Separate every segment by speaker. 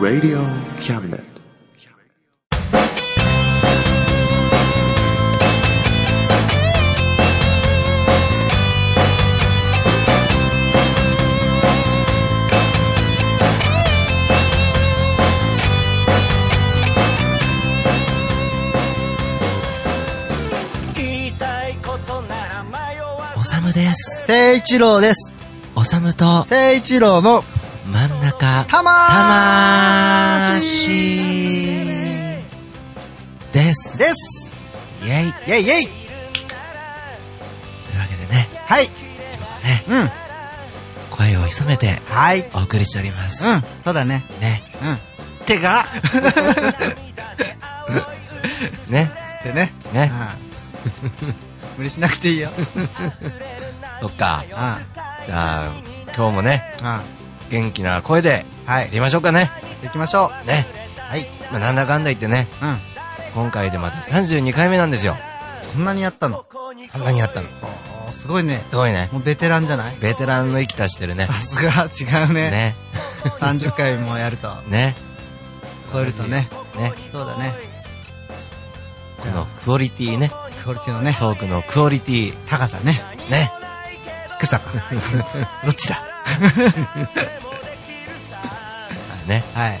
Speaker 1: Radio Cabinet.
Speaker 2: おさむです。
Speaker 3: 聖一郎です。
Speaker 2: おさむと
Speaker 3: 聖一郎の
Speaker 2: 真ん中、
Speaker 3: たま
Speaker 2: たまー
Speaker 3: ー
Speaker 2: しです。
Speaker 3: です。
Speaker 2: イェ
Speaker 3: イェイ
Speaker 2: イ。
Speaker 3: イェイ。
Speaker 2: というわけでね、
Speaker 3: はい。
Speaker 2: 今日
Speaker 3: う
Speaker 2: はね、
Speaker 3: ん。
Speaker 2: 声を潜めて
Speaker 3: はい。うん。
Speaker 2: お送りしております。
Speaker 3: そうだね。
Speaker 2: ね。
Speaker 3: うん。てか。
Speaker 2: ね。
Speaker 3: ってね。う
Speaker 2: ね。
Speaker 3: ん無理しなくて いいよ。
Speaker 2: そっか。
Speaker 3: うん。うん。
Speaker 2: じゃあ、今日もね、元気な声で、
Speaker 3: は
Speaker 2: や
Speaker 3: い。
Speaker 2: りましょうかね。
Speaker 3: 行きましょ
Speaker 2: ね。
Speaker 3: う。はい。
Speaker 2: まあ、なんだかんだ言ってね、
Speaker 3: うん。
Speaker 2: 今回でまた32回目なんですよ。
Speaker 3: そんなにやったの
Speaker 2: そんなにやったの。
Speaker 3: あーすごいね。
Speaker 2: すごいね。
Speaker 3: もうベテランじゃない
Speaker 2: ベテランの息足してるね
Speaker 3: さ。すが、違うね。
Speaker 2: ね。
Speaker 3: 30回もやると、
Speaker 2: ね。
Speaker 3: 超えるとね。
Speaker 2: ね。
Speaker 3: そうだね。
Speaker 2: このクオリティね。
Speaker 3: クオリティのね、
Speaker 2: トークのクオリティ。
Speaker 3: 高さね。
Speaker 2: ね。
Speaker 3: 低さか。どっち だ
Speaker 2: ね。
Speaker 3: はい。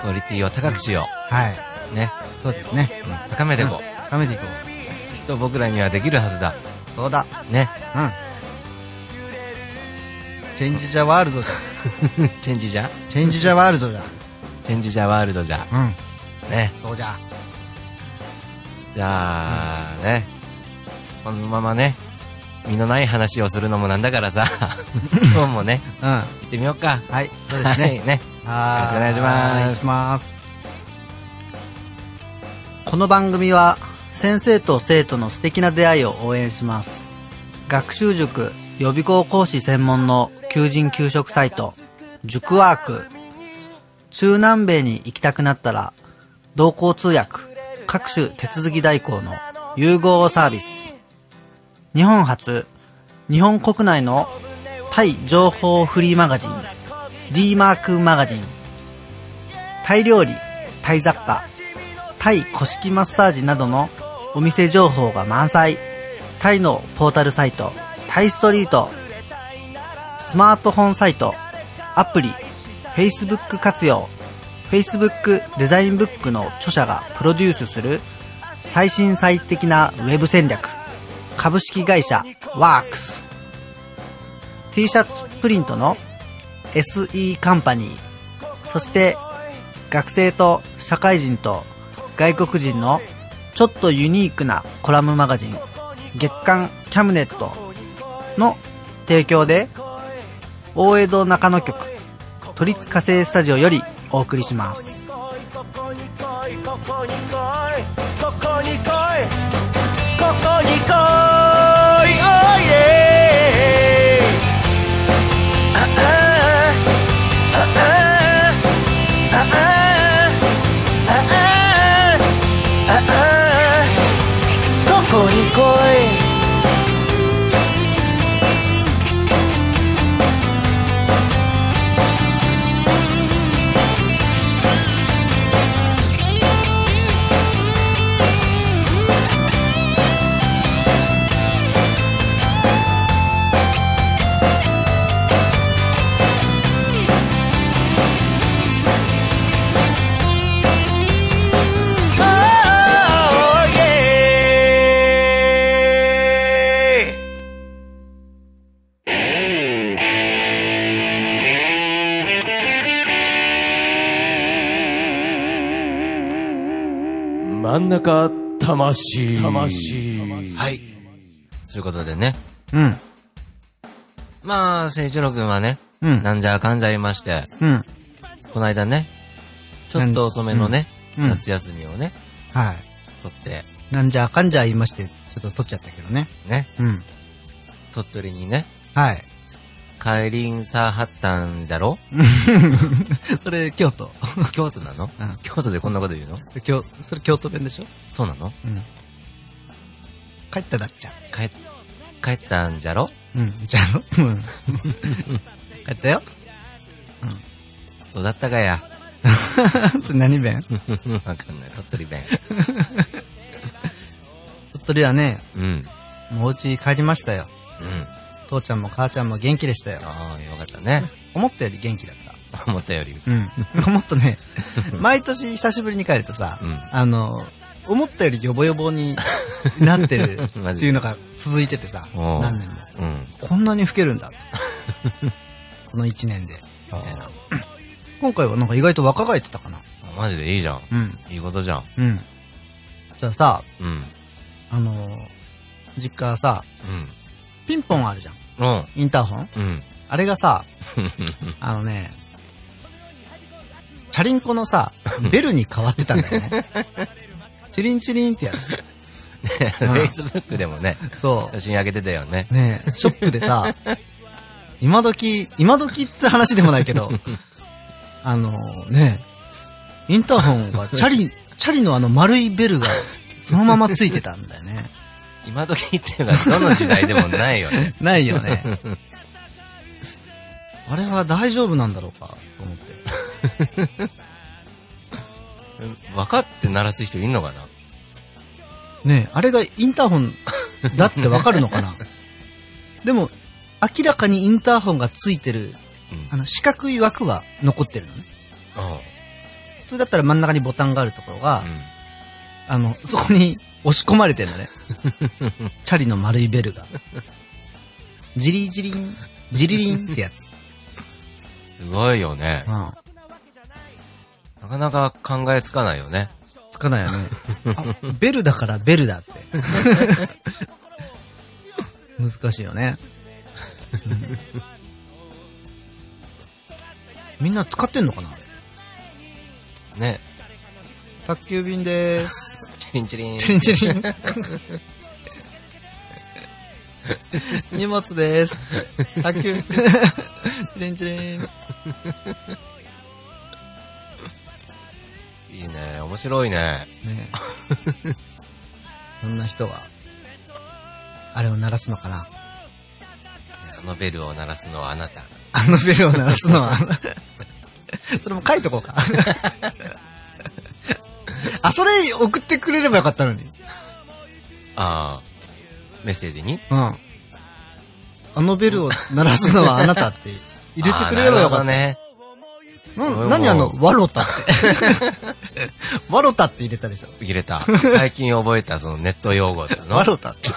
Speaker 2: クオリティを高くしよ
Speaker 3: はい。
Speaker 2: う。ね。
Speaker 3: そうですね。
Speaker 2: うん高めていこう。
Speaker 3: 食べていこ
Speaker 2: きっと僕らにはできるはずだ。
Speaker 3: う。そうだ。
Speaker 2: ね。
Speaker 3: うん。チェンジ・ザ・ワールドだ。
Speaker 2: チェンジじゃ
Speaker 3: チェンジ・ザ・ワールドだ。
Speaker 2: チェンジじゃワールドじゃ。
Speaker 3: うん。
Speaker 2: ね。
Speaker 3: そうじゃ。
Speaker 2: じゃあ、ね。このままね、身のない話をするのもなんだからさ、 今日もね、
Speaker 3: うん。は
Speaker 2: 行ってみようか。
Speaker 3: い。そうですね。
Speaker 2: はいね。
Speaker 3: は
Speaker 2: よろしくお願いします
Speaker 3: お願いします。この番組は、先生と生徒の素敵な出会いを応援します。学習塾予備校講師専門の求人求職サイト、塾ワーク。中南米に行きたくなったら、同行通訳、各種手続き代行の融合サービス。日本初、日本国内のタイ情報フリーマガジン、D マークマガジン。タイ料理、タイ雑貨、タイ古式マッサージなどのお店情報が満載。タイのポータルサイト、タイストリート。スマートフォンサイト、アプリ、Facebook 活用。Facebook デザインブックの著者がプロデュースする最新最適なウェブ戦略。株式会社 WORKS。T シャツプリントの SE カンパニー。そして、学生と社会人と外国人のちょっとユニークなコラムマガジン、月刊キャムネットの提供で、大江戸中野局、都立火星スタジオよりお送りします。
Speaker 4: 真ん中魂魂
Speaker 2: はい。ということでね。
Speaker 3: うん、
Speaker 2: まあ、聖一郎くんはね、
Speaker 3: うん、
Speaker 2: なんじゃかんじゃいまして、
Speaker 3: うん、
Speaker 2: この間ね、ちょっと遅めの
Speaker 3: うんう
Speaker 2: ね、
Speaker 3: ん
Speaker 2: 夏休みをね、
Speaker 3: はい。
Speaker 2: 取って、
Speaker 3: なんじゃかんじゃ言いまして、ちょっと撮っちゃったけどね。
Speaker 2: ね、
Speaker 3: うん、
Speaker 2: 鳥取にね、
Speaker 3: はい。
Speaker 2: 帰りんさはったんじ ゃろ
Speaker 3: それ、京都。
Speaker 2: 京都なの
Speaker 3: うん
Speaker 2: 京都でこんなこと言うの
Speaker 3: 京、それ京都弁でしょ
Speaker 2: そうなの
Speaker 3: うん。帰っただっちゃん。
Speaker 2: 帰っ帰ったんじゃろ
Speaker 3: うん、じゃあ、うん。帰ったよ。
Speaker 2: どうだったかや。
Speaker 3: それ何弁
Speaker 2: わかんない。鳥取弁。
Speaker 3: 鳥取はね、
Speaker 2: うん。うん。
Speaker 3: もうお家帰りましたよ。父ちゃんも母ちゃんも元気でしたよ。
Speaker 2: ああ、よかったね。
Speaker 3: 思ったより元気だった。
Speaker 2: 思ったより。
Speaker 3: うん。もっとね、毎年久しぶりに帰るとさ、
Speaker 2: うん
Speaker 3: あの、思ったよりヨボヨボになって る
Speaker 2: マ
Speaker 3: っ
Speaker 2: ジで
Speaker 3: ていうのが続いててさ、
Speaker 2: おう
Speaker 3: 何年も。
Speaker 2: うん。
Speaker 3: こんなに老けるん だ。この1年で。みたいな。今回はなんか意外と若返ってたかな。
Speaker 2: マジでいいじゃん。
Speaker 3: うん。
Speaker 2: いいことじゃん。
Speaker 3: うん。じゃあさ、
Speaker 2: うん。
Speaker 3: あのー実家はさ、
Speaker 2: うん。
Speaker 3: ピンポンあるじゃん。
Speaker 2: うん。
Speaker 3: インターホン
Speaker 2: うん。
Speaker 3: あれがさ、あのね、チャリンコの さ、ベルに変わってたんだよ ね。チリンチリンってやつ。
Speaker 2: フ ェイスブックでもね、
Speaker 3: そ
Speaker 2: 写真上げてたよね。
Speaker 3: う。ねえショックでさ、今時、今時って話でもないけ ど、あのねインターホンがチャリ、チャリのあの丸いベルがそのままついてたんだよね。
Speaker 2: 今時っていうのはどの時代でもないよ ね。
Speaker 3: ないよね。あれは大丈夫なんだろうか、と思って。
Speaker 2: 分かって鳴らす人いんのかな
Speaker 3: ねえ、あれがインターホンだってわかるのか なでも、明らかにインターホンがついてる、
Speaker 2: うん
Speaker 3: あ。の、四角い枠は残ってるのね。
Speaker 2: うん。
Speaker 3: 普通だったら真ん中にボタンがあるところが、
Speaker 2: うん
Speaker 3: あの、そこに押し込まれてんだね。チャリの丸いベルが。ジリジリン、ジリリンってや つ。
Speaker 2: すごいよね
Speaker 3: う。ん。
Speaker 2: なかなか考えつかないよね。
Speaker 3: つかないよね。あベルだからベルだって。 難しいよね。うんみんな使ってんのかな
Speaker 2: ね。
Speaker 3: 宅急便でーす。
Speaker 2: チリンチリン。
Speaker 3: チリンチリン。荷物でーす。宅急、チリンチリン。
Speaker 2: いいね。面白いね。
Speaker 3: ねえそんな人は、あれを鳴らすのかな
Speaker 2: あのベルを鳴らすのはあなた。
Speaker 3: あのベルを鳴らすのは、それも書いとこう か。あ、それ送ってくれればよかったのに。
Speaker 2: ああ。メッセージに
Speaker 3: うん。あのベルを鳴らすのはあなたって入れてくれればよかっ
Speaker 2: あ
Speaker 3: た。
Speaker 2: あなる
Speaker 3: な
Speaker 2: どね
Speaker 3: 何あの、ワロタ って。ワロタって入れたでしょ
Speaker 2: ほ。どね。入れた。最近覚えたそのネット用語って の。
Speaker 3: ワロタって。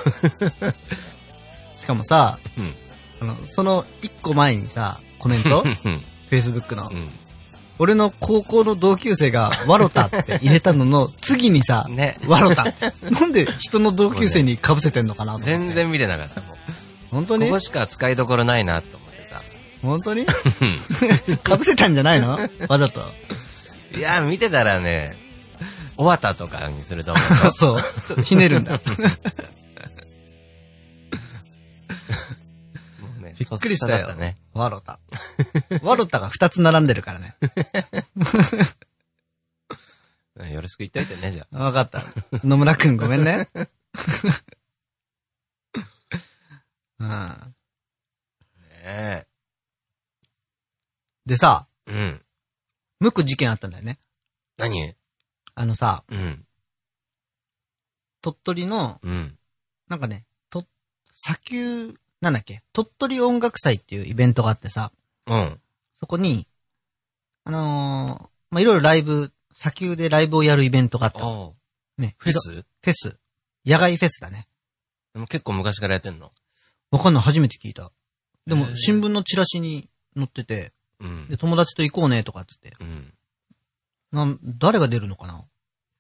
Speaker 3: しかもさ、
Speaker 2: うん。
Speaker 3: あの、その一個前にさ、コメント
Speaker 2: うん
Speaker 3: ?Facebook の
Speaker 2: う。ん。
Speaker 3: 俺の高校の同級生が、ワロタって入れたのの、次にさ、
Speaker 2: ね。
Speaker 3: ワロタ。なんで人の同級生に被せてんのかなと思って
Speaker 2: 全。然見てなかったもん。
Speaker 3: 本当
Speaker 2: こ
Speaker 3: に
Speaker 2: こしか使いどころないなと思ってさ。
Speaker 3: 本当に被せたんじゃないのわざと。
Speaker 2: いや、見てたらね、終わったとかにすると思 う。
Speaker 3: そう。ちょっとひねるんだ。
Speaker 2: もうね
Speaker 3: びっくりしたよ
Speaker 2: とっさだっね。
Speaker 3: ワロタ。ワロタが二つ並んでるからね。
Speaker 2: うんよろしく言っといてね、じゃ
Speaker 3: わかった。野村くんごめんね。 うん、
Speaker 2: あ。ね
Speaker 3: でさ、
Speaker 2: え。うん。
Speaker 3: ムク事件あったんだよね。
Speaker 2: 何
Speaker 3: あのさ、
Speaker 2: うん。
Speaker 3: 鳥取の、
Speaker 2: うん。
Speaker 3: なんかね、と、砂丘、なんだっけ、鳥取音楽祭っていうイベントがあってさ、
Speaker 2: うん。
Speaker 3: そこに、あのーまあ、いろいろライブ、砂丘でライブをやるイベントがあったの。
Speaker 2: あ
Speaker 3: ね、
Speaker 2: フェ
Speaker 3: いろ
Speaker 2: ス
Speaker 3: フェス。野外フェスだね。
Speaker 2: でも結構昔からやってんの
Speaker 3: わかんない、初めて聞いた。で
Speaker 2: へ
Speaker 3: も、
Speaker 2: ー
Speaker 3: 新聞のチラシに載ってて、
Speaker 2: うん
Speaker 3: で、。友達と行こうね、とかっつって。
Speaker 2: うん。
Speaker 3: なん、誰が出るのかな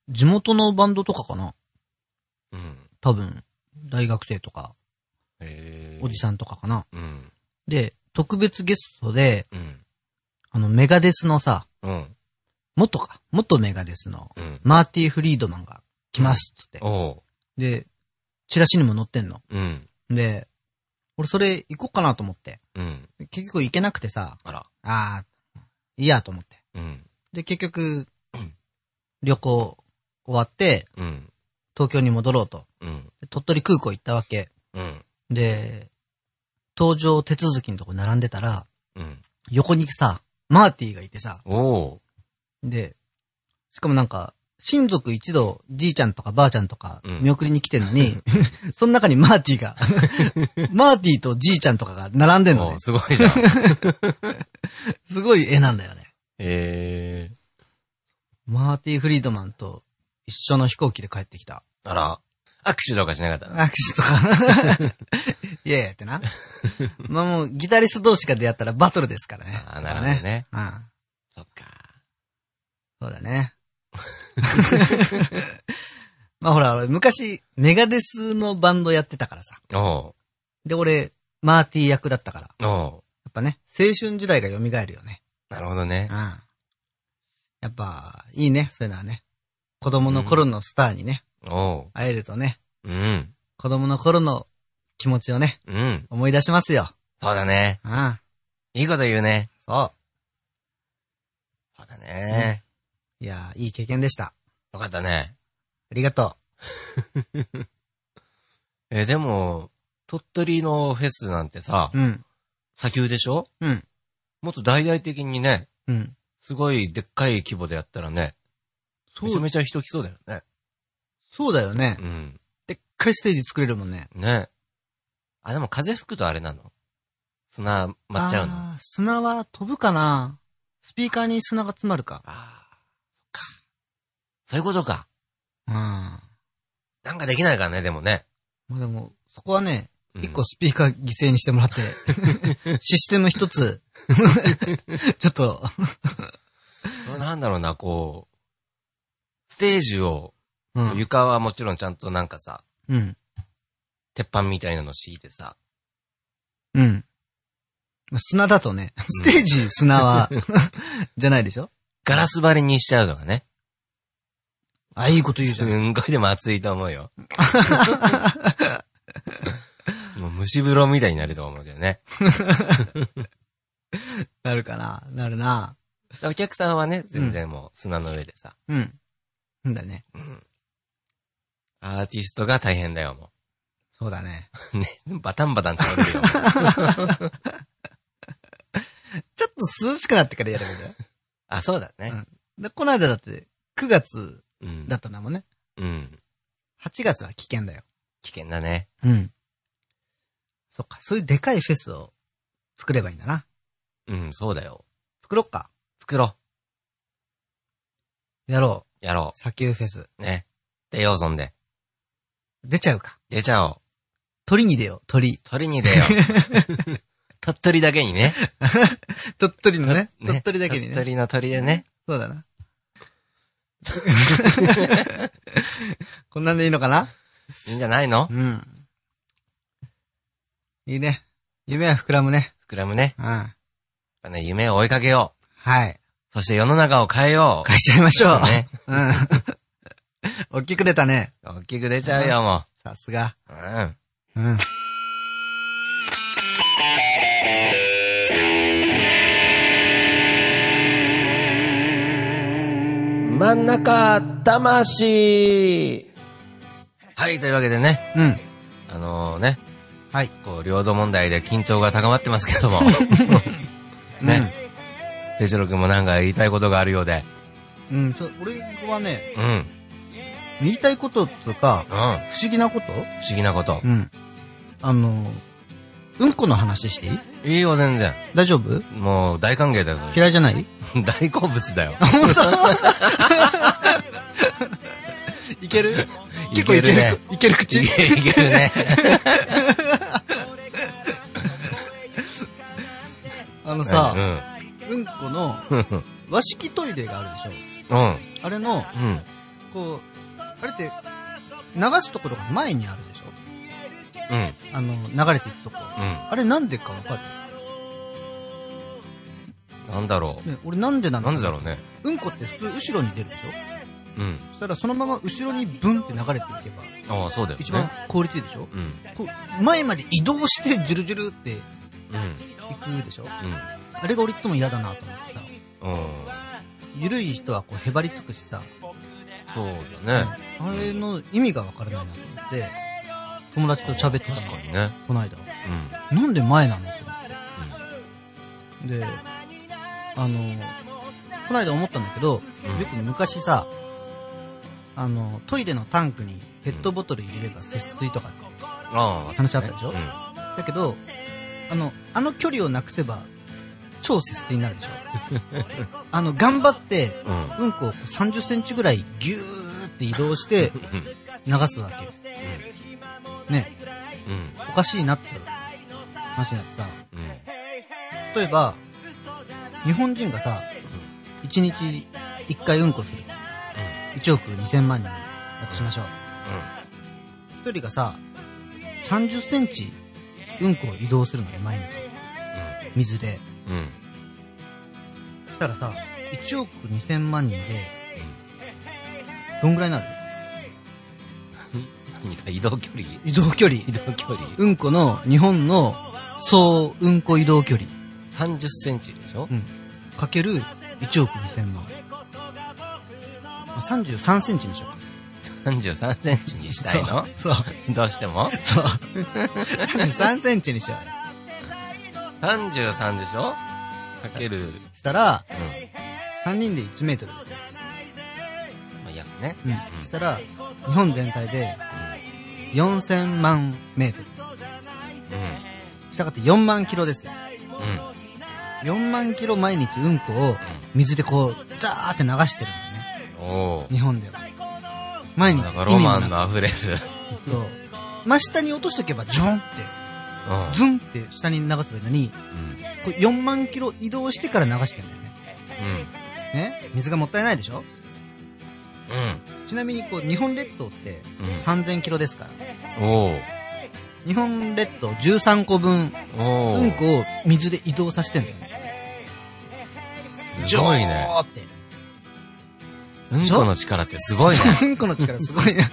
Speaker 3: 地元のバンドとかかな
Speaker 2: うん。
Speaker 3: 多分、大学生とか、
Speaker 2: へえ。
Speaker 3: おじさんとかかな。
Speaker 2: うん。
Speaker 3: で、特別ゲストで、
Speaker 2: うん。
Speaker 3: あの、メガデスのさ、
Speaker 2: うん。
Speaker 3: 元か、元メガデスの、
Speaker 2: うん。
Speaker 3: マーティ・フリードマンが来ます、つって。
Speaker 2: おう。
Speaker 3: で、チラシにも載ってんの。
Speaker 2: うん。
Speaker 3: で、俺それ行こうかなと思って。
Speaker 2: うん。
Speaker 3: 結局行けなくてさ、
Speaker 2: あら。
Speaker 3: あー、いいやと思って。
Speaker 2: うん。
Speaker 3: で、結 局
Speaker 2: うん、
Speaker 3: 旅行終わって、
Speaker 2: うん。
Speaker 3: 東京に戻ろうと。
Speaker 2: うん。
Speaker 3: で鳥取空港行ったわけ。
Speaker 2: うん。
Speaker 3: で、登場手続きのとこ並んでたら、
Speaker 2: うん。
Speaker 3: 横にさ、マーティがいてさ、
Speaker 2: おお
Speaker 3: で、しかもなんか、親族一同、じいちゃんとかばあちゃんとか
Speaker 2: うん、
Speaker 3: 見送りに来てんのに、 その中にマーティ が、マーティとじいちゃんとかが並んでんの
Speaker 2: お
Speaker 3: ね
Speaker 2: う。すごいじゃん。
Speaker 3: すごい絵なんだよね。
Speaker 2: え
Speaker 3: マーティ・フリードマンと一緒の飛行機で帰ってきた。
Speaker 2: ー、あら、握手とかし なかったな。
Speaker 3: 握手とか。 いやいやってな。まあもう、ギタリスト同士が出会ったらバトルですからね。
Speaker 2: あーなるほどね。
Speaker 3: そこはね。
Speaker 2: そっか。
Speaker 3: うん。そうだね。 まあほら、俺昔、メガデスのバンドやってたからさ。
Speaker 2: お
Speaker 3: で、俺、マーティ役だったから。や
Speaker 2: うお
Speaker 3: っぱね、青春時代が蘇るよね。
Speaker 2: うなるほど
Speaker 3: う
Speaker 2: ね
Speaker 3: ん。。やっぱ、いいね、そういうのはね。子供の頃のスターにね、
Speaker 2: お
Speaker 3: 会えるとね、
Speaker 2: ううん。
Speaker 3: 子供の頃の気持ちをね、
Speaker 2: うん。
Speaker 3: 思い出しますよ。
Speaker 2: そうだね。
Speaker 3: うん。
Speaker 2: いいこと言うね。
Speaker 3: そう。
Speaker 2: そうだね。
Speaker 3: いやー、いい経験でした。あ
Speaker 2: よかったね。
Speaker 3: りがと
Speaker 2: えーでも、鳥取のフェスなんてさ、
Speaker 3: う。うん。
Speaker 2: 砂丘でしょ
Speaker 3: うん。
Speaker 2: もっと大々的にね、
Speaker 3: うん。
Speaker 2: すごいでっかい規模でやったらね、めちゃめちゃ人来そうだよね。
Speaker 3: そうだよね
Speaker 2: う。ん。
Speaker 3: でっかいステージ作れるもんね。
Speaker 2: ね。あ、でも風吹くとあれなの砂舞っちゃうのあ
Speaker 3: あー砂は飛ぶかなスピーカーに砂が詰まるか。
Speaker 2: あー、そっか。そういうことか。
Speaker 3: うん。ま
Speaker 2: なんかできないからね、でもね。
Speaker 3: あでも、そこはね、
Speaker 2: うん
Speaker 3: 一個スピーカー犠牲にしてもらって、 システム一つ、ちょっと、
Speaker 2: なんだろうな、こう、ステージを、
Speaker 3: うん。
Speaker 2: 床はもちろんちゃんとなんかさ、
Speaker 3: うん。
Speaker 2: 鉄板みたいなの敷いてさ、
Speaker 3: うん。まあ砂だとね、ステージ砂 は、じゃないでしょ
Speaker 2: ガラス張りにしちゃうとかね。
Speaker 3: あ、いいこと言うじ
Speaker 2: す
Speaker 3: ゃん。
Speaker 2: んごいでも暑いと思 うよ。もう蒸し風呂みたいになると思うけどね。
Speaker 3: なるかななるな。
Speaker 2: お客さんはね、全然もう砂の上でさ。
Speaker 3: うん。うんだね。
Speaker 2: うん。アーティストが大変だよ、も
Speaker 3: そうだね。
Speaker 2: う。 ね、バタンバタン倒れ るよ。
Speaker 3: ちょっと涼しくなってからやればいいんだよ。
Speaker 2: あ、そうだね。
Speaker 3: で、この間だって、9月
Speaker 2: うん。
Speaker 3: だったんだもんね。
Speaker 2: うん。
Speaker 3: 8月は危険だよ。
Speaker 2: 危険だね。
Speaker 3: うん。そっか、そういうでかいフェスを作ればいいんだな。
Speaker 2: うん、そうだよ。
Speaker 3: 作ろっか。
Speaker 2: 作ろ
Speaker 3: やろ
Speaker 2: う。やろ
Speaker 3: う。砂丘フェス。
Speaker 2: う。ね。出よう、そんで。
Speaker 3: 出ちゃうか。
Speaker 2: 出ちゃおう。
Speaker 3: 鳥に出よう、鳥。
Speaker 2: 鳥に出よう。 鳥取だけにね。
Speaker 3: 鳥取のね。
Speaker 2: ね
Speaker 3: 鳥取だけにね。
Speaker 2: 鳥取の鳥でね。
Speaker 3: そうだな。 こんなんでいいのかない
Speaker 2: いんじゃないの
Speaker 3: うん。いいね。夢は膨らむね。
Speaker 2: 膨らむね。やっ
Speaker 3: うん。は
Speaker 2: ぱね、夢を追いかけよう。
Speaker 3: い。
Speaker 2: そして世の中を変えよう。
Speaker 3: 変えちゃいましょう。
Speaker 2: ね。
Speaker 3: うん。大きく出たね。
Speaker 2: 大きく出ちゃうよ、も
Speaker 3: さすが。
Speaker 2: う。うん。
Speaker 3: うん。
Speaker 4: 真ん中魂
Speaker 2: はい、というわけでね、
Speaker 3: うん。
Speaker 2: あのね、
Speaker 3: はい。
Speaker 2: こう、領土問題で緊張が高まってます けども、ね、哲郎君もなんか言いたいことがあるようで、
Speaker 3: うん。うん、ちょ、俺はね、
Speaker 2: うん、うん、
Speaker 3: 言いたいことっていうか、
Speaker 2: 不思
Speaker 3: 不思議なこと
Speaker 2: 議なこと。
Speaker 3: ん。あの、うんこの話していい
Speaker 2: いいよ、全然。
Speaker 3: 大丈夫
Speaker 2: もう、大歓迎だよ、それ
Speaker 3: 嫌いじゃない
Speaker 2: 大好物 だよ。
Speaker 3: いける
Speaker 2: いけるね。
Speaker 3: いける口
Speaker 2: いけるいけるね。
Speaker 3: あの
Speaker 2: う
Speaker 3: さ、
Speaker 2: ん
Speaker 3: うんこの
Speaker 2: うん。
Speaker 3: 和式トイレがあるでし
Speaker 2: うん。
Speaker 3: ょあれの、
Speaker 2: うん。
Speaker 3: こう、あれって、流すところが前にあるでしょ
Speaker 2: うん。
Speaker 3: あの、流れていくとこ。
Speaker 2: うん。
Speaker 3: あれなんでかわか
Speaker 2: なんだろ
Speaker 3: るね、俺なんでな
Speaker 2: う。
Speaker 3: の
Speaker 2: なんでだろうね。
Speaker 3: う。うんこって普通後ろに出るでしょ
Speaker 2: うん。
Speaker 3: そしたらそのまま後ろにブンって流れていけば、
Speaker 2: ああ、そうだよね。
Speaker 3: 一番効率いいでしょ
Speaker 2: うん。
Speaker 3: こう、前まで移動してジュルジュルって
Speaker 2: うん。
Speaker 3: 行くでしょあれが俺いつも嫌だなと思ってさ。
Speaker 2: うん。うん。
Speaker 3: ゆるい人はこうへばりつくしさ。
Speaker 2: そうだね。
Speaker 3: あれの意味がわからないなと思って。友達と喋ってたの
Speaker 2: 確かにね。
Speaker 3: この間
Speaker 2: うん。
Speaker 3: なんで前なのって思ってであのこの間思ったんだけど、
Speaker 2: うん
Speaker 3: よく昔さあのトイレのタンクにペットボトル入れれば節水とかって
Speaker 2: ああ。
Speaker 3: 話あったでしょ
Speaker 2: うん。
Speaker 3: だけどあのあの距離をなくせば超節水になるで しょあの頑張って
Speaker 2: うん。
Speaker 3: うんこを3 0ンチぐらいギューって移動して
Speaker 2: うん。
Speaker 3: 流すわけよね
Speaker 2: うん。
Speaker 3: おかしいなって話になってさ
Speaker 2: うん。
Speaker 3: 例えば日本人がさ1日1回うんこする1億2000万人だとしましょう1人がさ3 0ンチうんこを移動するのに毎日水で
Speaker 2: うん。うん。うん。
Speaker 3: そしたらさ1億2000万人でどんぐらいになる
Speaker 2: 何か移動距離
Speaker 3: 移動距離
Speaker 2: 移動距離
Speaker 3: うんこの日本の総うんこ移動距離
Speaker 2: ?30 センチでしょ
Speaker 3: うんかける1億2000万33センチでしょ
Speaker 2: ?33 センチにしたいの
Speaker 3: そうそう
Speaker 2: どうしても
Speaker 3: そう33センチにしようよ
Speaker 2: ?33 でしょかける、うん。
Speaker 3: したら3人で1メートル
Speaker 2: まあ、約ね。
Speaker 3: うんしたら日本全体で4000万メートル
Speaker 2: うん。うん。
Speaker 3: したがって4万キロですよ
Speaker 2: うん。
Speaker 3: 4万キロ毎日うんこを水でこうザーって流してるんだよね
Speaker 2: おお。
Speaker 3: 日本では毎日
Speaker 2: なんかロマ
Speaker 3: 意味も
Speaker 2: ン
Speaker 3: なく
Speaker 2: の溢れる。
Speaker 3: そう真下に落としとけばジョンって
Speaker 2: うん。
Speaker 3: ズンって下に流せばいいのに
Speaker 2: うん。
Speaker 3: これ4万キロ移動してから流してんだよね
Speaker 2: うん。
Speaker 3: ね水がもったいないでしょ
Speaker 2: うん。
Speaker 3: ちなみにこう日本列島って
Speaker 2: うん
Speaker 3: 3000キロですから
Speaker 2: おー
Speaker 3: 日本列島13個分
Speaker 2: おー
Speaker 3: うんこを水で移動させてんだよね
Speaker 2: すごい
Speaker 3: ジ
Speaker 2: ね
Speaker 3: ョ。ーって
Speaker 2: うんこの力ってすごいね。
Speaker 3: うん この力すごいね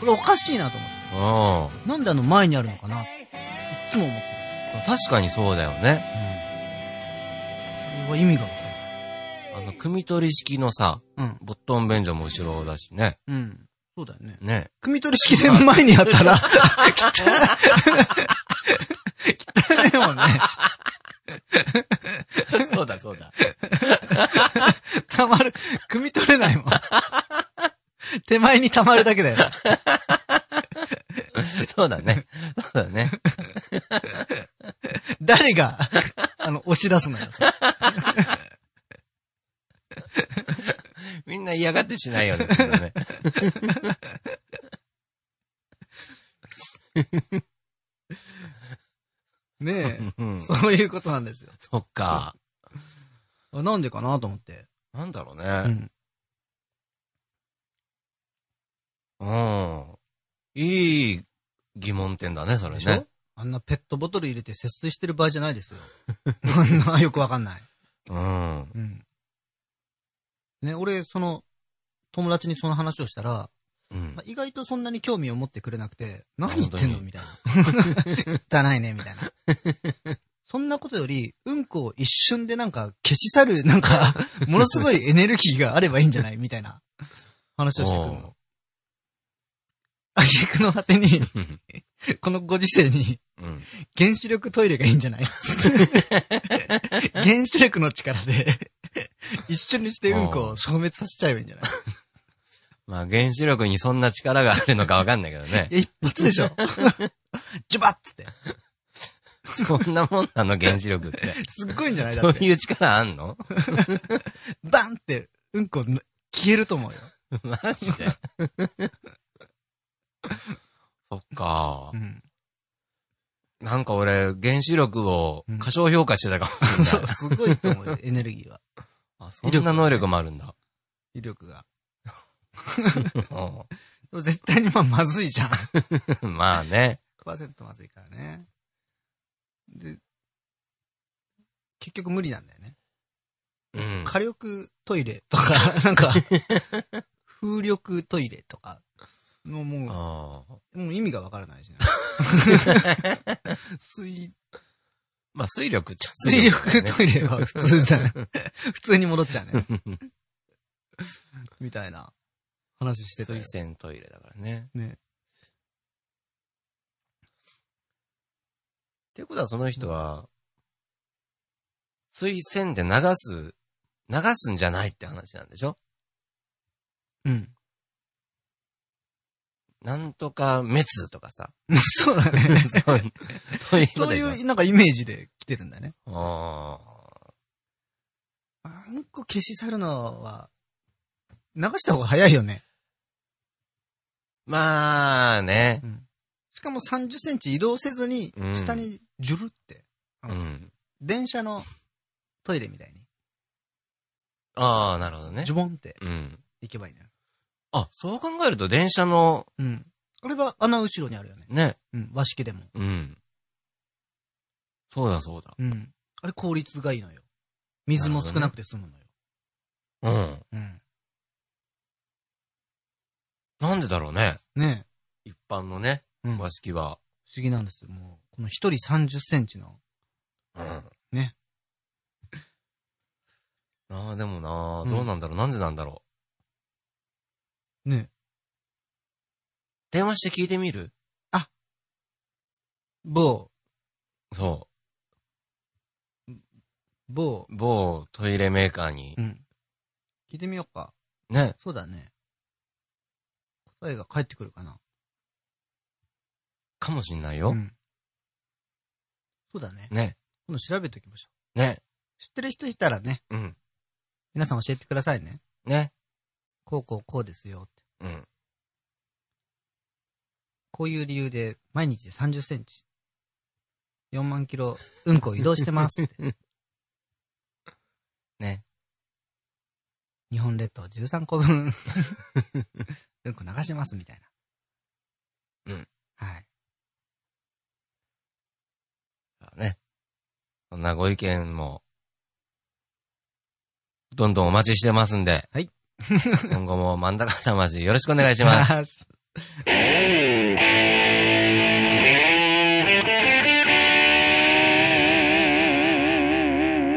Speaker 3: これおかしいなと思って
Speaker 2: うん。
Speaker 3: なんであの前にあるのかなっていっつも思ってる
Speaker 2: 確かにそうだよね。
Speaker 3: うんこれは意味がわか
Speaker 2: あの、組み取り式のさ、
Speaker 3: るうん
Speaker 2: ボットン便所も後ろだしね。
Speaker 3: うんそうだよね
Speaker 2: ね。
Speaker 3: 組み取り式で前にやったら、汚い。汚いもんね。
Speaker 2: そうだそうだ。
Speaker 3: 溜まる。組み取れないもん。手前に溜まるだけだよ。
Speaker 2: そうだね。そうだね。
Speaker 3: 誰が、あの、押し出すのよ。
Speaker 2: みんな嫌がってしないよね。それ ね
Speaker 3: ね
Speaker 2: うん
Speaker 3: え。そういうことなんですよ。
Speaker 2: そっか。
Speaker 3: あなんでかなと思って。
Speaker 2: なんだろう
Speaker 3: う
Speaker 2: ね。
Speaker 3: ん。
Speaker 2: うん。いい疑問点だね、それ
Speaker 3: でしょ
Speaker 2: ね。
Speaker 3: あんなペットボトル入れて節水してる場合じゃない ですよ。あんなよくわかんない。
Speaker 2: うん。
Speaker 3: うん。ね、俺、その、友達にその話をしたら、
Speaker 2: うん
Speaker 3: まあ。意外とそんなに興味を持ってくれなくて、何言
Speaker 2: 本
Speaker 3: っ
Speaker 2: 当
Speaker 3: て
Speaker 2: に
Speaker 3: んのみたいな。汚いね、みたいな。そんなことより、うんこを一瞬でなんか消し去る、なん か、ものすごいエネルギーがあればいいんじゃないみたいな話をしてく るの。あげくの果 てに、
Speaker 2: うん
Speaker 3: このご時世に、
Speaker 2: うん。
Speaker 3: 原子力トイレがいいんじゃない 原子力の力で、 一瞬にしてうんこを消滅させちゃえばいいんじゃない
Speaker 2: まあ、原子力にそんな力があるのかわかんないけどね
Speaker 3: い。や、一発でしょ。 ジュバッつって。
Speaker 2: そんなもんなの、原子力 って。
Speaker 3: すっごいんじゃないだ
Speaker 2: そう
Speaker 3: って。
Speaker 2: いう力あんの
Speaker 3: バンって、うんこぬ消えると思うよ。
Speaker 2: マジで。 そっか
Speaker 3: う。ん。
Speaker 2: なんか俺、原子力を過小評価してたかもしれな
Speaker 3: そ
Speaker 2: い。
Speaker 3: う、すごいと思うよ、エネルギーは。
Speaker 2: あ、そんな能力もあるん だ。
Speaker 3: 威力が。
Speaker 2: う
Speaker 3: でも絶対にまあ、まずいじゃん。
Speaker 2: んまあね。
Speaker 3: 100%まずいからね。で、結局無理なんだよね。
Speaker 2: うん。
Speaker 3: 火力トイレとか、 なんか、風力トイレとか、もう、も
Speaker 2: あー
Speaker 3: う、もう意味がわからないしね。 水、
Speaker 2: まあ、水力っちゃ
Speaker 3: 水力
Speaker 2: だよ
Speaker 3: トイレは普通じゃない。普通に戻っちゃうね。
Speaker 2: ね。
Speaker 3: みたいな話してたよ
Speaker 2: 水洗トイレだからね。
Speaker 3: ね。
Speaker 2: だその人は、推薦で流す、流すんじゃないって話なんでしょ
Speaker 3: うん。
Speaker 2: なんとか滅とか さ。
Speaker 3: そうだね。
Speaker 2: そうそういうこ
Speaker 3: そう
Speaker 2: とでしょ。
Speaker 3: いう、なんかイメージで来てるんだね。
Speaker 2: あ
Speaker 3: あんこ消し去るのは、流した方が早いよね。
Speaker 2: ーまあね。
Speaker 3: しかも30センチ移動せずに
Speaker 2: う、ん
Speaker 3: 下にジュルって、
Speaker 2: うん。
Speaker 3: 電車のトイレみたいに、
Speaker 2: ああ、なるほどね
Speaker 3: ジ。ュボンって
Speaker 2: うん。
Speaker 3: 行けばいいね。
Speaker 2: あ、そう考えると電車の、
Speaker 3: うん。あれは穴後ろにあるよね。
Speaker 2: ね。
Speaker 3: うん、和式でも。
Speaker 2: うん。そうだそうだ。
Speaker 3: うん。あれ効率がいいのよ。水も少なくて済むのよ。
Speaker 2: うん。なんでだろうね。
Speaker 3: うん。ね
Speaker 2: 一般のね、
Speaker 3: え。うん。不
Speaker 2: 和
Speaker 3: 思
Speaker 2: 式は。
Speaker 3: 議なんですよ。もう、この一人30センチの。
Speaker 2: うん。
Speaker 3: ね。
Speaker 2: ああ、でもな
Speaker 3: う
Speaker 2: あ、
Speaker 3: ん
Speaker 2: どうなんだろう、なんでなんだろ
Speaker 3: ねえ。
Speaker 2: う。電話して聞いてみる
Speaker 3: 某、
Speaker 2: そ
Speaker 3: 某
Speaker 2: う。、某トイレメーカーに
Speaker 3: う。ん。聞いてみようか。
Speaker 2: ね。
Speaker 3: そうだね。答えが返ってくるかな。
Speaker 2: かもしんないよ
Speaker 3: う。んそうだね。
Speaker 2: ね。
Speaker 3: 今度調べておきましょ
Speaker 2: ね。
Speaker 3: う。知ってる人いたらね、
Speaker 2: うん。
Speaker 3: 皆さん教えてくださいね。
Speaker 2: ね。
Speaker 3: こうこうこうですよって。
Speaker 2: うん。
Speaker 3: こういう理由で毎日で30センチ。4万キロ、うんこを移動してますって。
Speaker 2: ね。
Speaker 3: 日本列島13個 分、うんこ流してますみたいな。
Speaker 2: うん。
Speaker 3: はい。
Speaker 2: ね。そんなご意見も、どんどんお待ちしてますんで。
Speaker 3: はい。
Speaker 2: 今後も真ん中魂よろしくお願いします。
Speaker 3: す。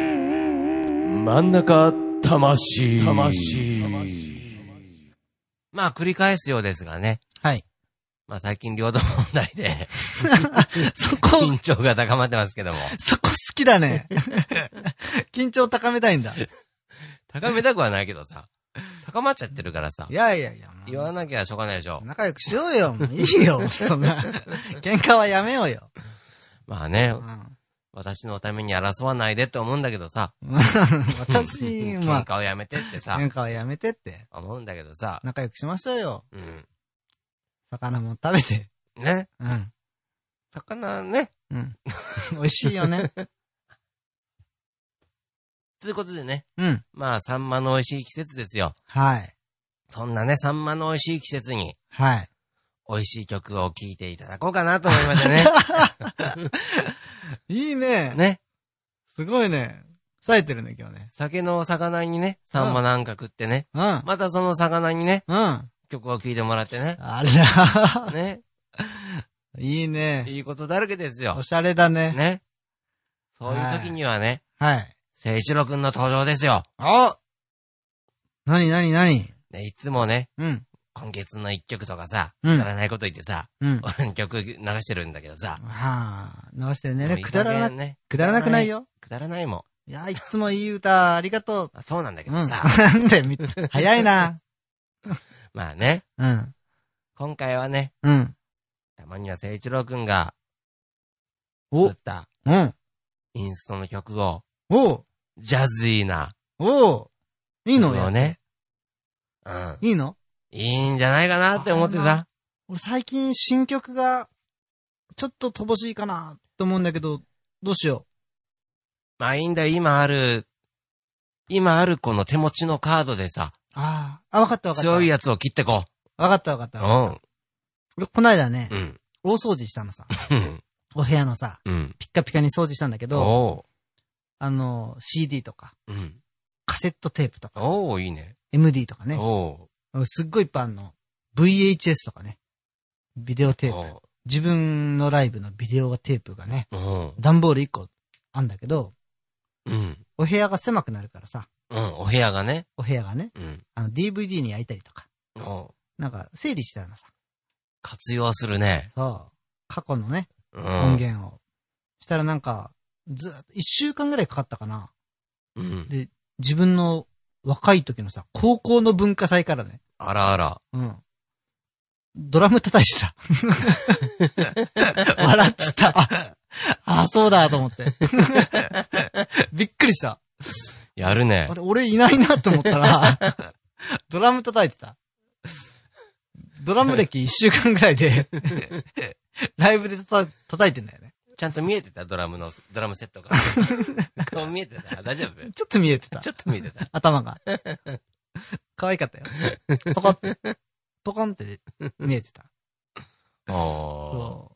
Speaker 4: 真ん中魂魂
Speaker 2: まあ繰り返すようですがね。
Speaker 3: はい。
Speaker 2: まあ最近領土問題で
Speaker 3: そこ、
Speaker 2: 緊張が高まってますけども。
Speaker 3: そこ好きだね。緊張高めたいんだ。
Speaker 2: 高めたくはないけどさ。高まっちゃってるからさ
Speaker 3: い。やいやいや。
Speaker 2: 言わなきゃしょうがないでしょ。
Speaker 3: 仲良くしようよ。もういいよ。そん な。喧嘩はやめようよ。
Speaker 2: まあね
Speaker 3: う、ん、
Speaker 2: 私のために争わないでって思うんだけどさ。
Speaker 3: 私、ま
Speaker 2: 喧
Speaker 3: あ、
Speaker 2: 嘩をやめてってさ。
Speaker 3: 喧嘩はやめてって。
Speaker 2: 思うんだけどさ。
Speaker 3: 仲良くしましょうよ。
Speaker 2: うん。
Speaker 3: 魚も食べて。
Speaker 2: ね。
Speaker 3: うん。
Speaker 2: 魚ね。
Speaker 3: うん。美味しいよね。
Speaker 2: つうことでね。
Speaker 3: うん。
Speaker 2: まあ、サンマの美味しい季節ですよ。
Speaker 3: はい。
Speaker 2: そんなね、サンマの美味しい季節に、
Speaker 3: はい。
Speaker 2: 美味しい曲を聴いていただこうかなと思いまし てね。
Speaker 3: いいね。
Speaker 2: ね。
Speaker 3: すごいね。冴えてるね、今日ね。
Speaker 2: 酒の魚にね、サンマなんか食ってね。
Speaker 3: うん。うん。
Speaker 2: またその魚にね、
Speaker 3: あ
Speaker 2: 曲を聴いてもらってね。
Speaker 3: ら。
Speaker 2: ね。
Speaker 3: いいね。
Speaker 2: いいことだらけですよ
Speaker 3: お。しゃれだね。
Speaker 2: ね。そういう時にはね、
Speaker 3: はい。
Speaker 2: 聖一郎くんの登場ですよ。
Speaker 3: あなになになに
Speaker 2: ね、いつもね、
Speaker 3: うん。
Speaker 2: 今月の一曲とかさ、
Speaker 3: うん
Speaker 2: くだらないこと言ってさ、
Speaker 3: うん。は
Speaker 2: 俺に曲流してるんだけどさ。
Speaker 3: あ。直してね。
Speaker 2: もういい
Speaker 3: くだら
Speaker 2: 加
Speaker 3: な
Speaker 2: 減、ね。
Speaker 3: くだらなくないよ。
Speaker 2: くだらないもん。
Speaker 3: いや、いつもいい歌、ありがとう。
Speaker 2: あそうなんだけ
Speaker 3: う
Speaker 2: ど
Speaker 3: ん。
Speaker 2: さ。
Speaker 3: なんで、み早いな。
Speaker 2: まあね、
Speaker 3: うん。
Speaker 2: 今回はね、
Speaker 3: うん。
Speaker 2: たまには聖一郎くんが
Speaker 3: お
Speaker 2: 作っ、た
Speaker 3: うん。
Speaker 2: インストの曲を、
Speaker 3: おう、
Speaker 2: ジャズイーな
Speaker 3: おう。いいの
Speaker 2: 曲をね。うん。
Speaker 3: いいの
Speaker 2: いいんじゃないかなって思ってさ。
Speaker 3: 俺最近新曲が、ちょっと乏しいかな、と思うんだけど、どうしよ
Speaker 2: まあいいんだよ、今ある、今あるこの手持ちのカードでさ、
Speaker 3: う。ああ。あ、わかったわかった。
Speaker 2: 強いやつを切ってこ
Speaker 3: わかったわかっ
Speaker 2: う。
Speaker 3: た
Speaker 2: う
Speaker 3: わかった。
Speaker 2: ん。
Speaker 3: 俺、こないだね
Speaker 2: う、ん。
Speaker 3: 大掃除したのさ。
Speaker 2: うん
Speaker 3: お部屋のさ、
Speaker 2: うん。
Speaker 3: ピッカピカに掃除したんだけど、
Speaker 2: おう。
Speaker 3: あの、CD とか、
Speaker 2: うん。
Speaker 3: カセットテープとか、
Speaker 2: おう、いいね。
Speaker 3: MD とかね。
Speaker 2: お
Speaker 3: すっごいいっぱいあんの。VHS とかね。ビデオ
Speaker 2: う。
Speaker 3: テープ。
Speaker 2: お
Speaker 3: 自分のライブのビデオテープがね、
Speaker 2: う。うん。
Speaker 3: 段ボール1個あんだけど、
Speaker 2: うん。
Speaker 3: お部屋が狭くなるからさ、
Speaker 2: うん。お部屋がね。
Speaker 3: お部屋がね、
Speaker 2: うん。
Speaker 3: あの DVD に焼いたりとか、
Speaker 2: おう
Speaker 3: なんか整理してたのさ、
Speaker 2: 活用するね。
Speaker 3: そう、過去のね、
Speaker 2: う
Speaker 3: 音
Speaker 2: ん。
Speaker 3: 源をしたらなんか、ずーっと一週間ぐらいかかったかな。
Speaker 2: うん。
Speaker 3: で、自分の若い時のさ、高校の文化祭からね。
Speaker 2: あらあら。
Speaker 3: うん。ドラム叩いてた。笑っちゃった。あ、あそうだと思って。びっくりした。
Speaker 2: やるね
Speaker 3: あ。れ、俺いないなと思った ら、ドラム叩いてた。ドラム歴一週間ぐらい で、ライブで叩叩いてんだよね。
Speaker 2: ちゃんと見えてたドラムの、ドラムセット が。顔見えてた大丈夫
Speaker 3: ちょっと見えてた。
Speaker 2: ちょっと見えてた。
Speaker 3: 頭が。可愛か ったよ。ポコって、ポコンって見えてた。
Speaker 2: おー。
Speaker 3: そ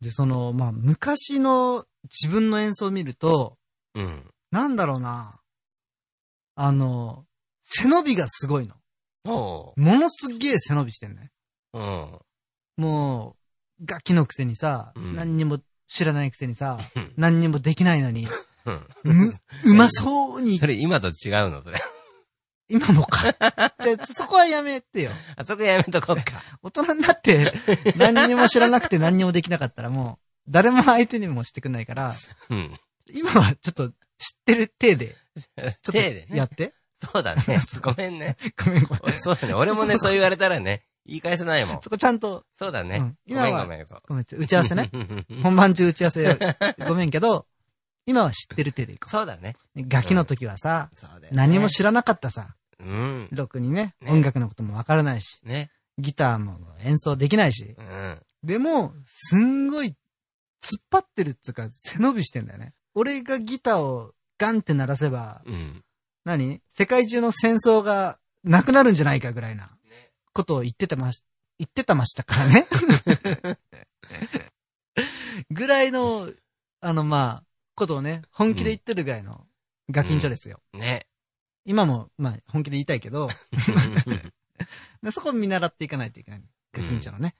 Speaker 3: う。で、その、まあ、昔の自分の演奏を見ると、
Speaker 2: うん。
Speaker 3: なんだろうな。あの、背伸びがすごいの。
Speaker 2: お
Speaker 3: ものすっげえ背伸びしてんね。
Speaker 2: ー。うん。
Speaker 3: もう、楽器のくせにさ、
Speaker 2: うん
Speaker 3: 何にも知らないくせに さ、
Speaker 2: うん
Speaker 3: 何にもできないの に、
Speaker 2: うん。
Speaker 3: う、うまそうに
Speaker 2: そ、れ今と違うのそれ。
Speaker 3: 今もか。じゃあそこはやめてよ。
Speaker 2: あそこやめとこうか。
Speaker 3: 大人になって、何にも知らなくて何にもできなかったらもう、誰も相手にもしてくんないから、
Speaker 2: うん。
Speaker 3: 今はちょっと知ってる体で、ちょ
Speaker 2: 手で
Speaker 3: っとや
Speaker 2: ね
Speaker 3: っ。て。
Speaker 2: そうだね。ごめんね。
Speaker 3: ごめんごめん。
Speaker 2: お そうだね。俺もね、そう言われたらね、言い返せないもん。
Speaker 3: そこちゃんと、
Speaker 2: そうだ
Speaker 3: う
Speaker 2: ね
Speaker 3: ん。
Speaker 2: ご
Speaker 3: 今
Speaker 2: めん
Speaker 3: は
Speaker 2: ごめん。そう
Speaker 3: ごめん、打ち合わせ ね。
Speaker 2: うん
Speaker 3: 本番中打ち合わせ、ごめんけど、今は知ってる体でいこ
Speaker 2: そうだね。
Speaker 3: う。ガキの時はさ、
Speaker 2: そうだよね
Speaker 3: 何も知らなかったさ、
Speaker 2: うん。
Speaker 3: ろくにね、
Speaker 2: ね
Speaker 3: 音楽のこともわからないし、
Speaker 2: ね。
Speaker 3: ギターも演奏できないし、
Speaker 2: うん。
Speaker 3: でも、すんごい、突っ張ってるっつうか、背伸びしてんだよね。俺がギターをガンって鳴らせば、
Speaker 2: うん。
Speaker 3: 何世界中の戦争がなくなるんじゃないかぐらいな、ことを言ってたまし、言ってたましたから ね。ぐらいの、あの、まあ、ことをね、本気で言ってるぐらいのガキンチョですよ。
Speaker 2: ね。
Speaker 3: 今も、まあ、本気で言いたいけど、でそこを見習っていかないといけない。ガキンチョのね。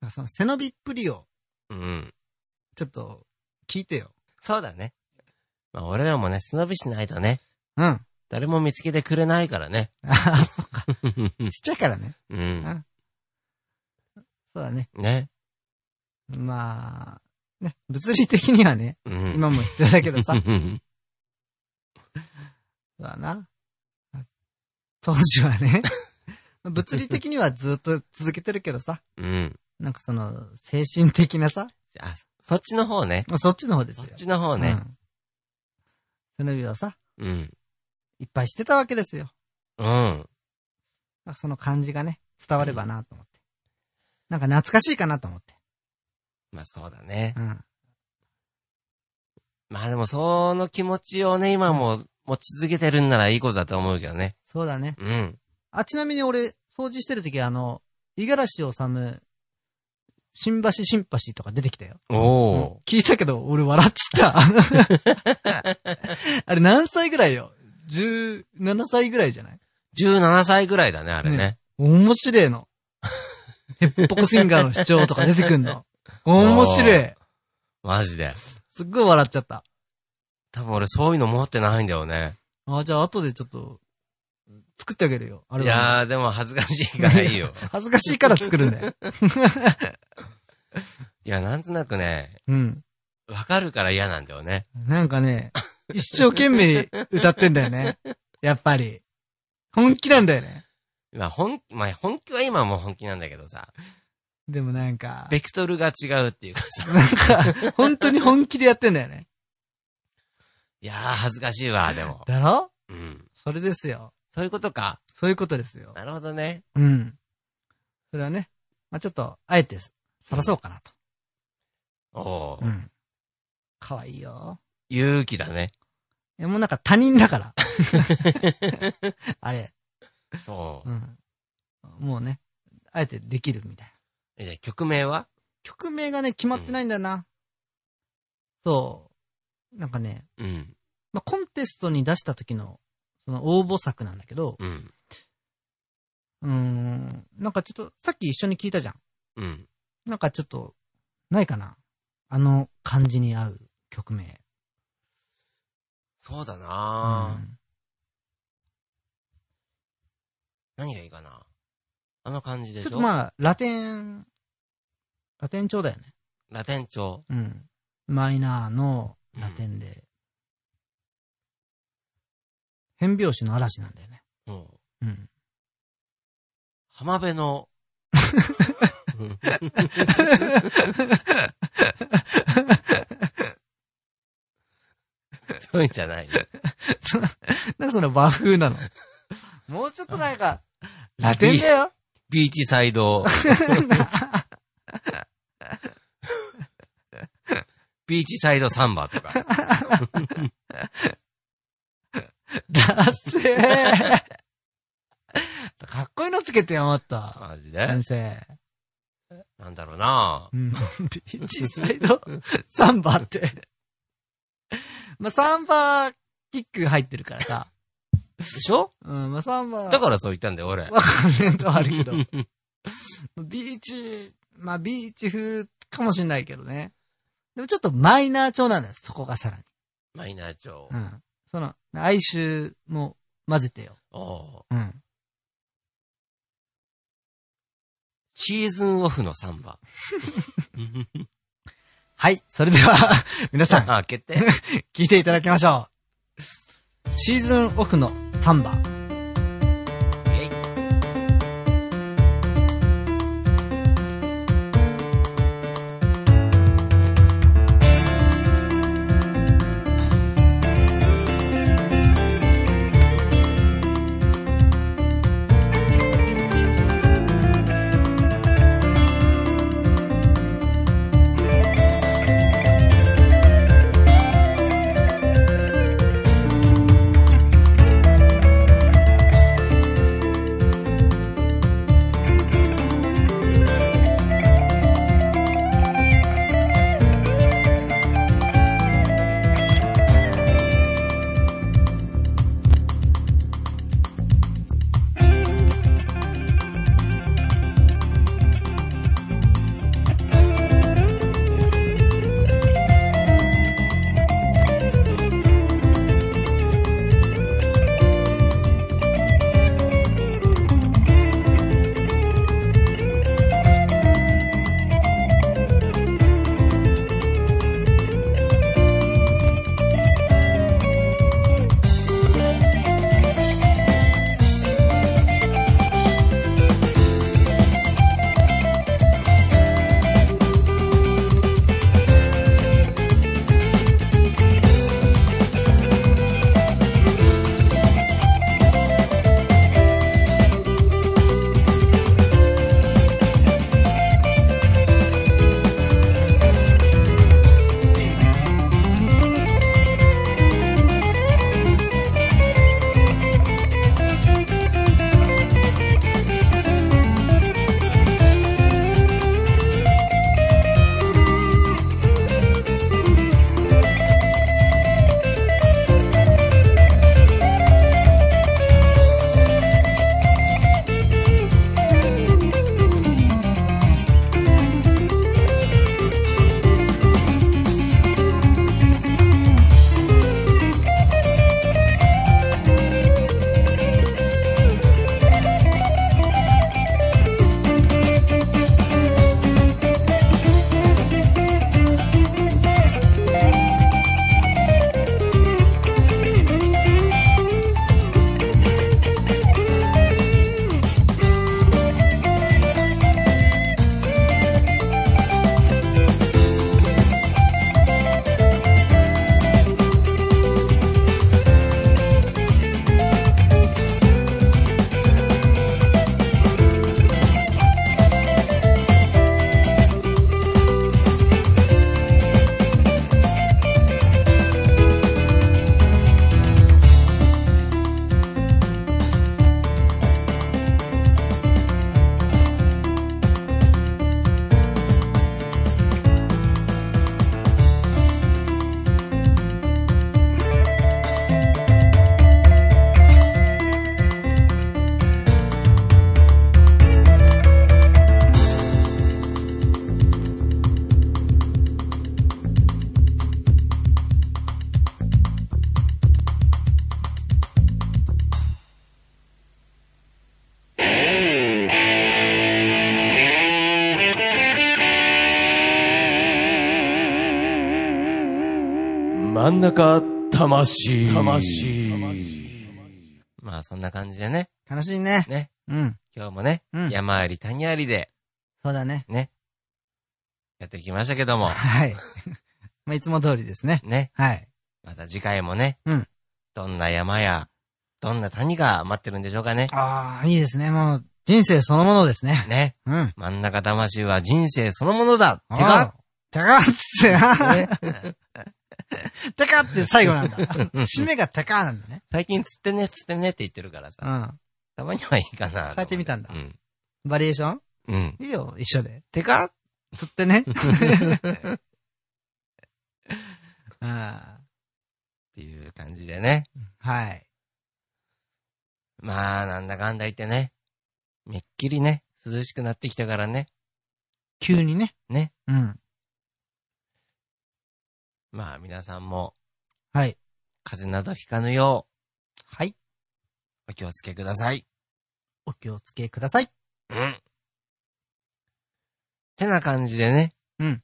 Speaker 3: だからその背伸びっぷりを、
Speaker 2: うん。
Speaker 3: ちょっと、聞いてよ。
Speaker 2: そうだね。まあ、俺らもね、背伸びしないとね、
Speaker 3: うん。 あ
Speaker 2: 誰も見つけてくれないからね。
Speaker 3: あ、そっか。ちっちゃいからね。
Speaker 2: うん。
Speaker 3: そうだね。
Speaker 2: ね。
Speaker 3: まあ、ね、物理的にはね、
Speaker 2: うん。
Speaker 3: 今も必要だけどさ、
Speaker 2: う
Speaker 3: そ
Speaker 2: ん
Speaker 3: うだな。当時はね、 物理的にはずっと続けてるけどさ、
Speaker 2: うん。
Speaker 3: なんかその、精神的なさ、
Speaker 2: あ、そっちの方ね。
Speaker 3: そっちの方です
Speaker 2: そ
Speaker 3: よ
Speaker 2: っ。ちの方ね。
Speaker 3: うん。背伸びをさ、
Speaker 2: うん。
Speaker 3: いっぱいしてたわけですよ。
Speaker 2: うん。
Speaker 3: なんかその感じがね、伝わればなと思って。なんか懐かしいかなと思って。
Speaker 2: まあ、そうだね
Speaker 3: う。ん。
Speaker 2: まあ、でも、その気持ちをね、今も持ち続けてるんならいいことだと思うけどね。
Speaker 3: そうだね。
Speaker 2: うん。
Speaker 3: あ、ちなみに俺、掃除してる時あの、五十嵐治む、新橋シンパシーとか出てきたよ。う
Speaker 2: お
Speaker 3: ん
Speaker 2: ー。
Speaker 3: 聞いたけど、俺笑っちゃった。 あれ何歳ぐらいよ ?17 歳ぐらいじゃない
Speaker 2: 17歳ぐらいだね、あれね。
Speaker 3: 面白いの。ヘッポコシンガーの主張とか出てくんの。面白い。
Speaker 2: マジで。
Speaker 3: すっごい笑っちゃった。
Speaker 2: 多分俺そういうの持ってないんだよね。
Speaker 3: あ、じゃあ後でちょっと、作ってあげるよ。あれ
Speaker 2: い
Speaker 3: だね
Speaker 2: やー、でも恥ずかしいからいいよ。
Speaker 3: 恥ずかしいから作るんだ よ。
Speaker 2: いや、なんとなくね、
Speaker 3: うん。
Speaker 2: わかるから嫌なんだよね。
Speaker 3: なんかね、一生懸命歌ってんだよね。やっぱり。本気なんだよね。
Speaker 2: まあ、本、まあ、本気は今もう本気なんだけどさ、
Speaker 3: でもなんか、
Speaker 2: ベクトルが違うっていうかさ、
Speaker 3: なんか、本当に本気でやってんだよね。
Speaker 2: いやー、恥ずかしいわ、でも。
Speaker 3: だろ
Speaker 2: うん。
Speaker 3: それですよ。
Speaker 2: そういうことか。
Speaker 3: そういうことですよ。
Speaker 2: なるほどね。
Speaker 3: うん。それはね、まあ、ちょっと、あえて、さらそうかなと。
Speaker 2: おー、
Speaker 3: うん。かわいいよ。
Speaker 2: 勇気だね。
Speaker 3: いや、もうなんか他人だ から。あれ。
Speaker 2: そう
Speaker 3: う。ん。もうね、あえてできるみたいな。
Speaker 2: えじゃあ曲名は
Speaker 3: 曲名がね、決まってないんだよな。そう。なんかね、
Speaker 2: うん。
Speaker 3: まあ、コンテストに出した時の、その応募作なんだけど、
Speaker 2: うん。
Speaker 3: うーん、なんかちょっと、さっき一緒に聞いたじゃん。
Speaker 2: うん。
Speaker 3: なんかちょっと、ないかなあの感じに合う曲名。
Speaker 2: そうだなー、
Speaker 3: うん
Speaker 2: 何がいいかなあの感じでし
Speaker 3: ちょ
Speaker 2: ょ
Speaker 3: っとまあ、ラテン、ラテン調だよね。
Speaker 2: ラテン調。
Speaker 3: うん。マイナーのラテンで、変拍子の嵐なんだよね。
Speaker 2: うん。
Speaker 3: うん。
Speaker 2: 浜辺の、そういうんじゃないよ。
Speaker 3: なんでその和風なのもうちょっとなんか、ラテンだよ。
Speaker 2: ビーチサイド。ビーチサイドサンバとか。
Speaker 3: ダッセーかっこいいのつけてやまった。
Speaker 2: マジ
Speaker 3: 先
Speaker 2: で
Speaker 3: 生。
Speaker 2: なんだろうな
Speaker 3: うん。ビーチサイド、サンバって。まあ、サンバキック入ってるからさ。
Speaker 2: でしょ
Speaker 3: うん、まあ、サンバ。
Speaker 2: だからそう言ったんだよ、俺。
Speaker 3: わかんねえとはあるけど。ビーチ、まあ、ビーチ風かもしんないけどね。でもちょっとマイナー調なんだよ、そこがさらに。
Speaker 2: マイナー調
Speaker 3: う。ん。その、哀愁も混ぜてよ。
Speaker 2: おう
Speaker 3: うん。
Speaker 2: シーズンオフのサンバ。
Speaker 3: はい、それでは、 皆さん、
Speaker 2: あ、決定
Speaker 3: 聞いていただきましょう。シーズンオフのサンバ。
Speaker 2: えい
Speaker 5: 「
Speaker 4: 真ん中魂魂
Speaker 2: まあそんな感じでね、
Speaker 3: 楽しいね。
Speaker 2: ね、
Speaker 3: うん。
Speaker 2: 今日もね、
Speaker 3: うん。
Speaker 2: 山あり谷ありで
Speaker 3: そうだね。
Speaker 2: やってきましたけ ども、
Speaker 3: はい。まあ、いつも通りですね。
Speaker 2: ね、
Speaker 3: はい。
Speaker 2: また次回もね、
Speaker 3: うん
Speaker 2: どんな山や、どんな谷が待ってるんでしょうかね。
Speaker 3: ああ、いいですね。もう、人生そのものですね。
Speaker 2: ね、
Speaker 3: うん。
Speaker 2: 真ん中魂は人生そのものだ
Speaker 3: あー
Speaker 2: てか、
Speaker 3: てかって、てかって最後 なんだ。締めがてかなんだね。
Speaker 2: 最近釣ってね、釣ってねって言ってるからさ、
Speaker 3: うん。
Speaker 2: たまにはいいかなと思。
Speaker 3: 変えてみたんだ
Speaker 2: うん。
Speaker 3: バリエーション
Speaker 2: うん。
Speaker 3: いいよ、一緒で。
Speaker 2: てか、
Speaker 3: つって ね。あ
Speaker 2: っていう感じでね。
Speaker 3: ーはい。
Speaker 2: まあ、なんだかんだ言ってね。めっきりね、涼しくなってきたからね。
Speaker 3: 急にね。
Speaker 2: ね。
Speaker 3: うん。
Speaker 2: まあ、皆さんも
Speaker 3: はい。
Speaker 2: 風邪などひかぬよ
Speaker 3: はい。
Speaker 2: うお気をつけください。
Speaker 3: お気をつけください。
Speaker 2: うん。てな感じでね。
Speaker 3: うん。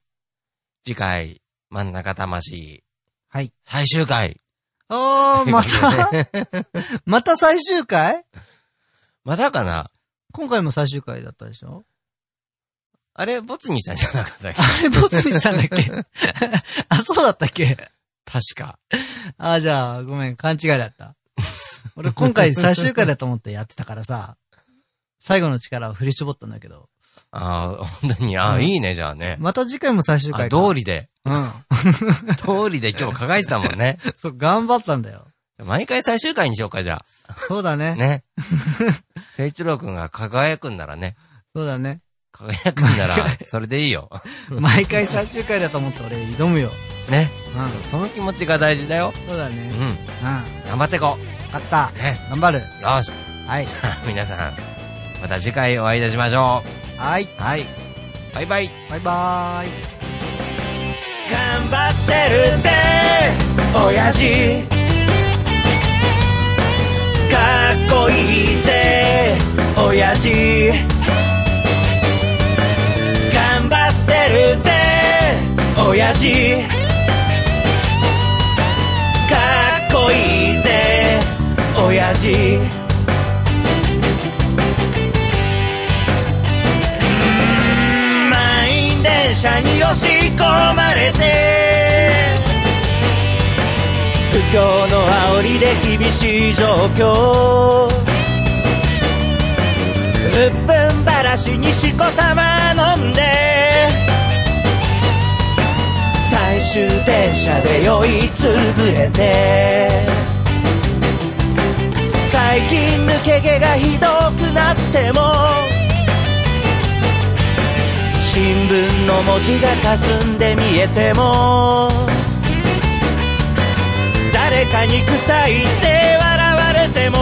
Speaker 2: 次回、真ん中魂。
Speaker 3: はい。
Speaker 2: 最終回。
Speaker 3: あー、また、
Speaker 2: ということで
Speaker 3: また最終回
Speaker 2: またかな
Speaker 3: 今回も最終回だったでしょ
Speaker 2: あれ、ボツにしたんじゃなか ったっけ
Speaker 3: あれ、ボツにしたんだっけ あ、そうだったっけ
Speaker 2: 確か。
Speaker 3: あ、じゃあ、ごめん、勘違いだった。俺、今回最終回だと思ってやってたからさ、最後の力を振り絞ったんだけど、
Speaker 2: ああ、本当に。ああ、
Speaker 3: うん
Speaker 2: いいね、じゃあね。
Speaker 3: また次回も最終
Speaker 2: あ
Speaker 3: 回か。
Speaker 2: 道理で。
Speaker 3: うん。
Speaker 2: 通りで今日輝いてたも んね。
Speaker 3: そう、頑張ったんだよ。
Speaker 2: 毎回最終回にしようか、じゃ
Speaker 3: そうだ
Speaker 2: あ。
Speaker 3: ね。
Speaker 2: ね。誠一郎くんが輝くんならね。
Speaker 3: そうだね。
Speaker 2: 輝くんなら、それでいいよ。
Speaker 3: 毎回最終回だと思って俺挑むよ。
Speaker 2: ね。
Speaker 3: う
Speaker 2: その気持ちが大事だよ。
Speaker 3: ん。そうだ
Speaker 2: う
Speaker 3: ね。
Speaker 2: ん。
Speaker 3: うん。
Speaker 2: 頑張ってこ
Speaker 3: 勝った
Speaker 2: う。。ね。
Speaker 3: 頑張る。
Speaker 2: よし。
Speaker 3: はい。
Speaker 2: 皆さん、また次回お会いいたしましょ
Speaker 3: はい。
Speaker 2: う。はい。バイバイ。
Speaker 3: バイバーイ。
Speaker 4: 頑張ってるぜ親父かっこいいぜ親父頑張ってるぜ親父かっこいいぜ親父満員電車に押し込まれて不況の煽りで厳しい状況うっぷんばらしにしこたま飲んで最終電車で酔いつぶれて最近抜け毛がひどくなっても新聞の文字が霞んで見えても誰かに臭いって笑われても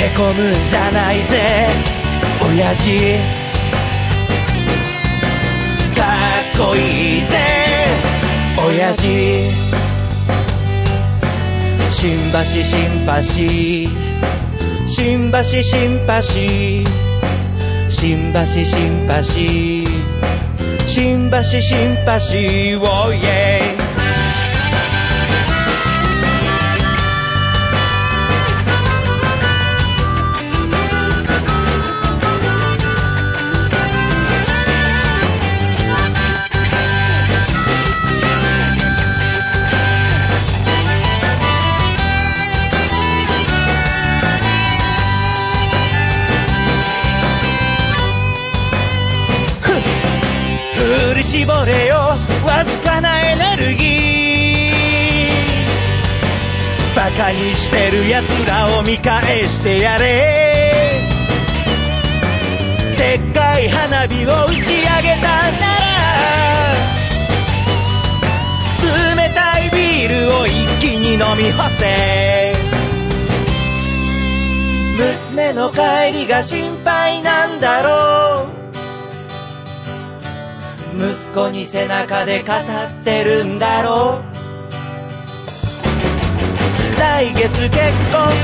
Speaker 4: へこむんじゃないぜ親父かっこいいぜ親父新橋新橋新橋新橋新橋新橋新橋新橋おいえ振り絞れよわずかなエネルギーバカにしてる奴らを見返してやれでっかい花火を打ち上げたんなら冷たいビールを一気に飲み干せ娘の帰りが心配なんだろう息子に背中で語ってるんだろう来月結婚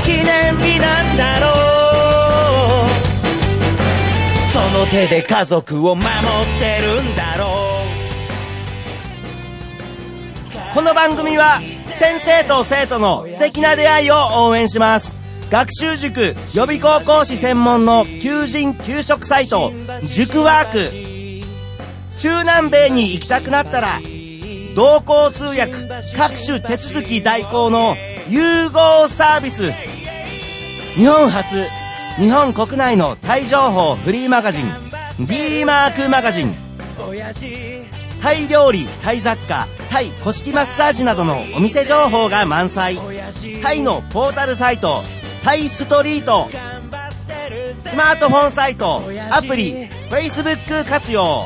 Speaker 4: 記念日なんだろうその手で家族を守ってるんだろうこの番組は先生と生徒の素敵な出会いを応援します学習塾予備高校師専門の求人・給食サイト塾ワーク中南米に行きたくなったら同行通訳各種手続き代行の融合サービス日本初日本国内のタイ情報フリーマガジン D マークマガジンタイ料理タイ雑貨タイ古式マッサージなどのお店情報が満載タイのポータルサイトタイストリートスマートフォンサイトアプリ Facebook 活用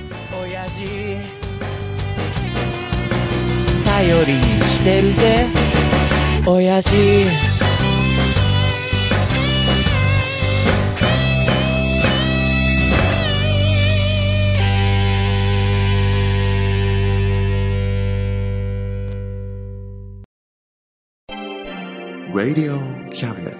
Speaker 4: 頼りにしてるぜ親父
Speaker 1: Radio Cabinet.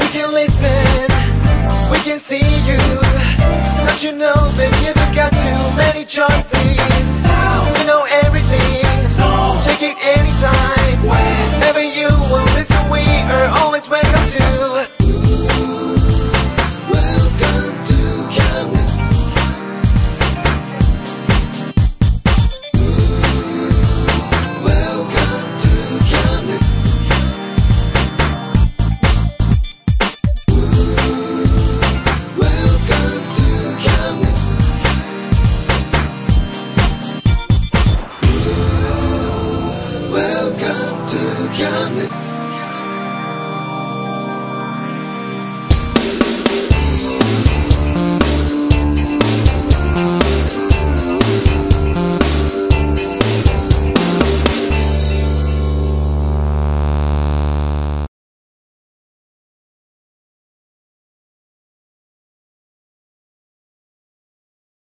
Speaker 5: We can listen, we can see you. Don't you know, baby, you've got too many choices.